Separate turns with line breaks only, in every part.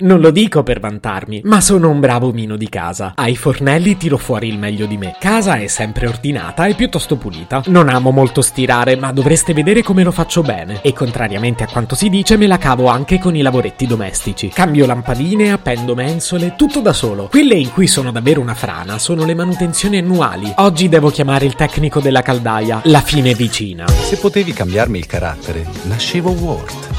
Non lo dico per vantarmi, ma sono un bravo mino di casa. Ai fornelli tiro fuori il meglio di me. Casa è sempre ordinata e piuttosto pulita. Non amo molto stirare, ma dovreste vedere come lo faccio bene. E contrariamente a quanto si dice, me la cavo anche con i lavoretti domestici. Cambio lampadine, appendo mensole, tutto da solo. Quelle in cui sono davvero una frana sono le manutenzioni annuali. Oggi devo chiamare il tecnico della caldaia. La fine è vicina.
Se potevi cambiarmi il carattere, nascevo Ward.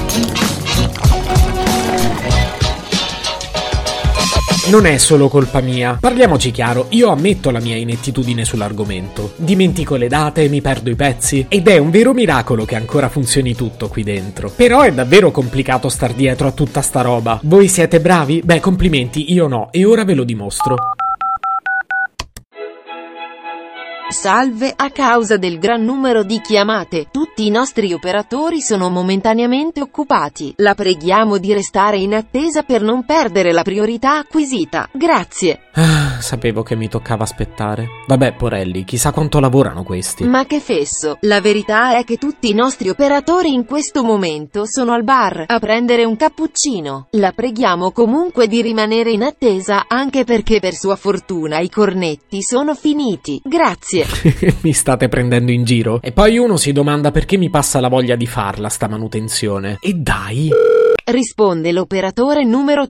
Non è solo colpa mia. Parliamoci chiaro, io ammetto la mia inettitudine sull'argomento. Dimentico le date, mi perdo i pezzi ed è un vero miracolo che ancora funzioni tutto qui dentro. Però è davvero complicato star dietro a tutta sta roba. Voi siete bravi? Beh, complimenti, io no e ora ve lo dimostro.
Salve, a causa del gran numero di chiamate, tutti i nostri operatori sono momentaneamente occupati. La preghiamo di restare in attesa per non perdere la priorità acquisita. Grazie.
Ah, sapevo che mi toccava aspettare. Vabbè, porelli, chissà quanto lavorano questi.
Ma che fesso. La verità è che tutti i nostri operatori in questo momento sono al bar a prendere un cappuccino. La preghiamo comunque di rimanere in attesa anche perché per sua fortuna i cornetti sono finiti. Grazie.
mi state prendendo in giro? E poi uno si domanda perché mi passa la voglia di farla sta manutenzione. E dai!
Risponde l'operatore numero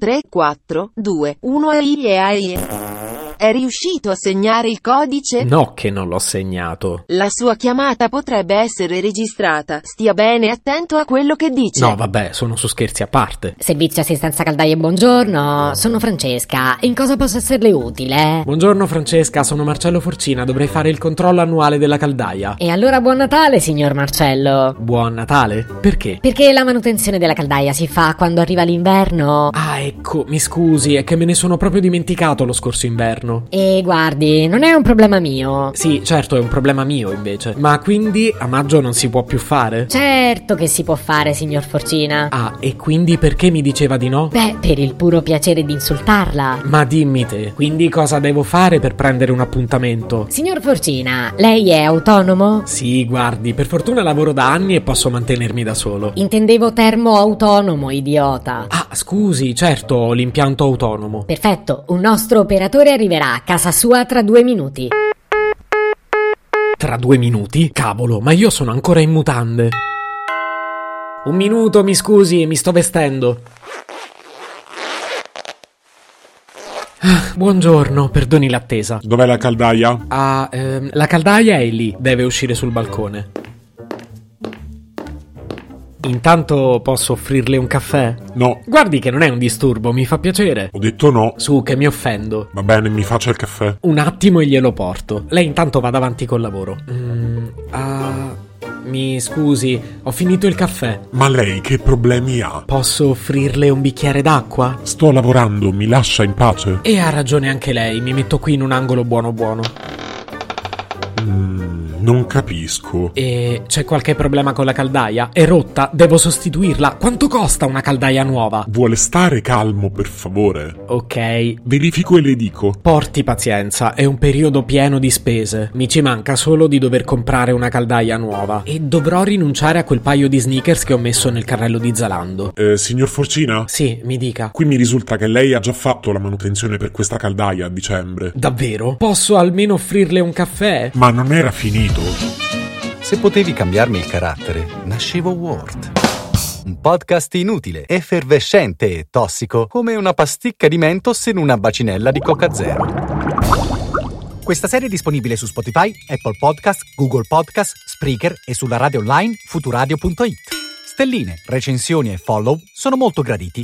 3421 AIE AIE. È riuscito a segnare il codice?
No che non l'ho segnato.
La sua chiamata potrebbe essere registrata. Stia bene attento a quello che dice.
No, vabbè, sono su scherzi a parte.
Servizio assistenza caldaie, buongiorno. Sono Francesca. In cosa posso esserle utile?
Buongiorno Francesca, sono Marcello Forcina, dovrei fare il controllo annuale della caldaia.
E allora buon Natale, signor Marcello.
Buon Natale? Perché?
Perché la manutenzione della caldaia si fa quando arriva l'inverno?
Ah, ecco, mi scusi, è che me ne sono proprio dimenticato lo scorso inverno.
E guardi, non è un problema mio.
Sì, certo, è un problema mio invece. Ma quindi a maggio non si può più fare?
Certo che si può fare, signor Forcina.
Ah, e quindi perché mi diceva di no?
Beh, per il puro piacere di insultarla.
Ma dimmi te, quindi cosa devo fare per prendere un appuntamento?
Signor Forcina, lei è autonomo?
Sì, guardi, per fortuna lavoro da anni e posso mantenermi da solo.
Intendevo termo autonomo, idiota.
Ah, scusi, certo, ho l'impianto autonomo.
Perfetto, un nostro operatore arriverà a casa sua tra due minuti.
Tra due minuti? Cavolo, ma io sono ancora in mutande. Un minuto, mi scusi, mi sto vestendo. Ah, Buongiorno, perdoni l'attesa.
Dov'è la caldaia?
Ah, ehm, la caldaia è lì, deve uscire sul balcone. Intanto posso offrirle un caffè?
No,
Guardi che non è un disturbo, mi fa piacere.
ho detto no.
Su, che mi offendo.
Va bene, mi faccia il caffè.
Un attimo e glielo porto. Lei intanto va avanti col lavoro. Mm, ah, mi scusi, ho finito il caffè.
Ma lei che problemi ha?
Posso offrirle un bicchiere d'acqua?
Sto lavorando, mi lascia in pace?
E ha ragione anche lei, mi metto qui in un angolo buono buono.
Mm, Non capisco.
E c'è qualche problema con la caldaia? È rotta, devo sostituirla. Quanto costa una caldaia nuova?
Vuole stare calmo, per favore?
Ok,
Verifico e le dico.
porti pazienza, è un periodo pieno di spese. Mi ci manca solo di dover comprare una caldaia nuova. E dovrò rinunciare a quel paio di sneakers che ho messo nel carrello di Zalando.
Eh, signor Forcina?
Sì, mi dica.
Qui mi risulta che lei ha già fatto la manutenzione per questa caldaia a dicembre.
Davvero? Posso almeno offrirle un caffè?
Ma non era finito.
Se potevi cambiarmi il carattere, nascevo Ward. Un podcast inutile, effervescente e tossico, come una pasticca di mentos in una bacinella di Coca Zero. Questa serie è disponibile su Spotify, Apple Podcast, Google Podcast, Spreaker e sulla radio online futuradio.it. Stelline, recensioni e follow sono molto graditi.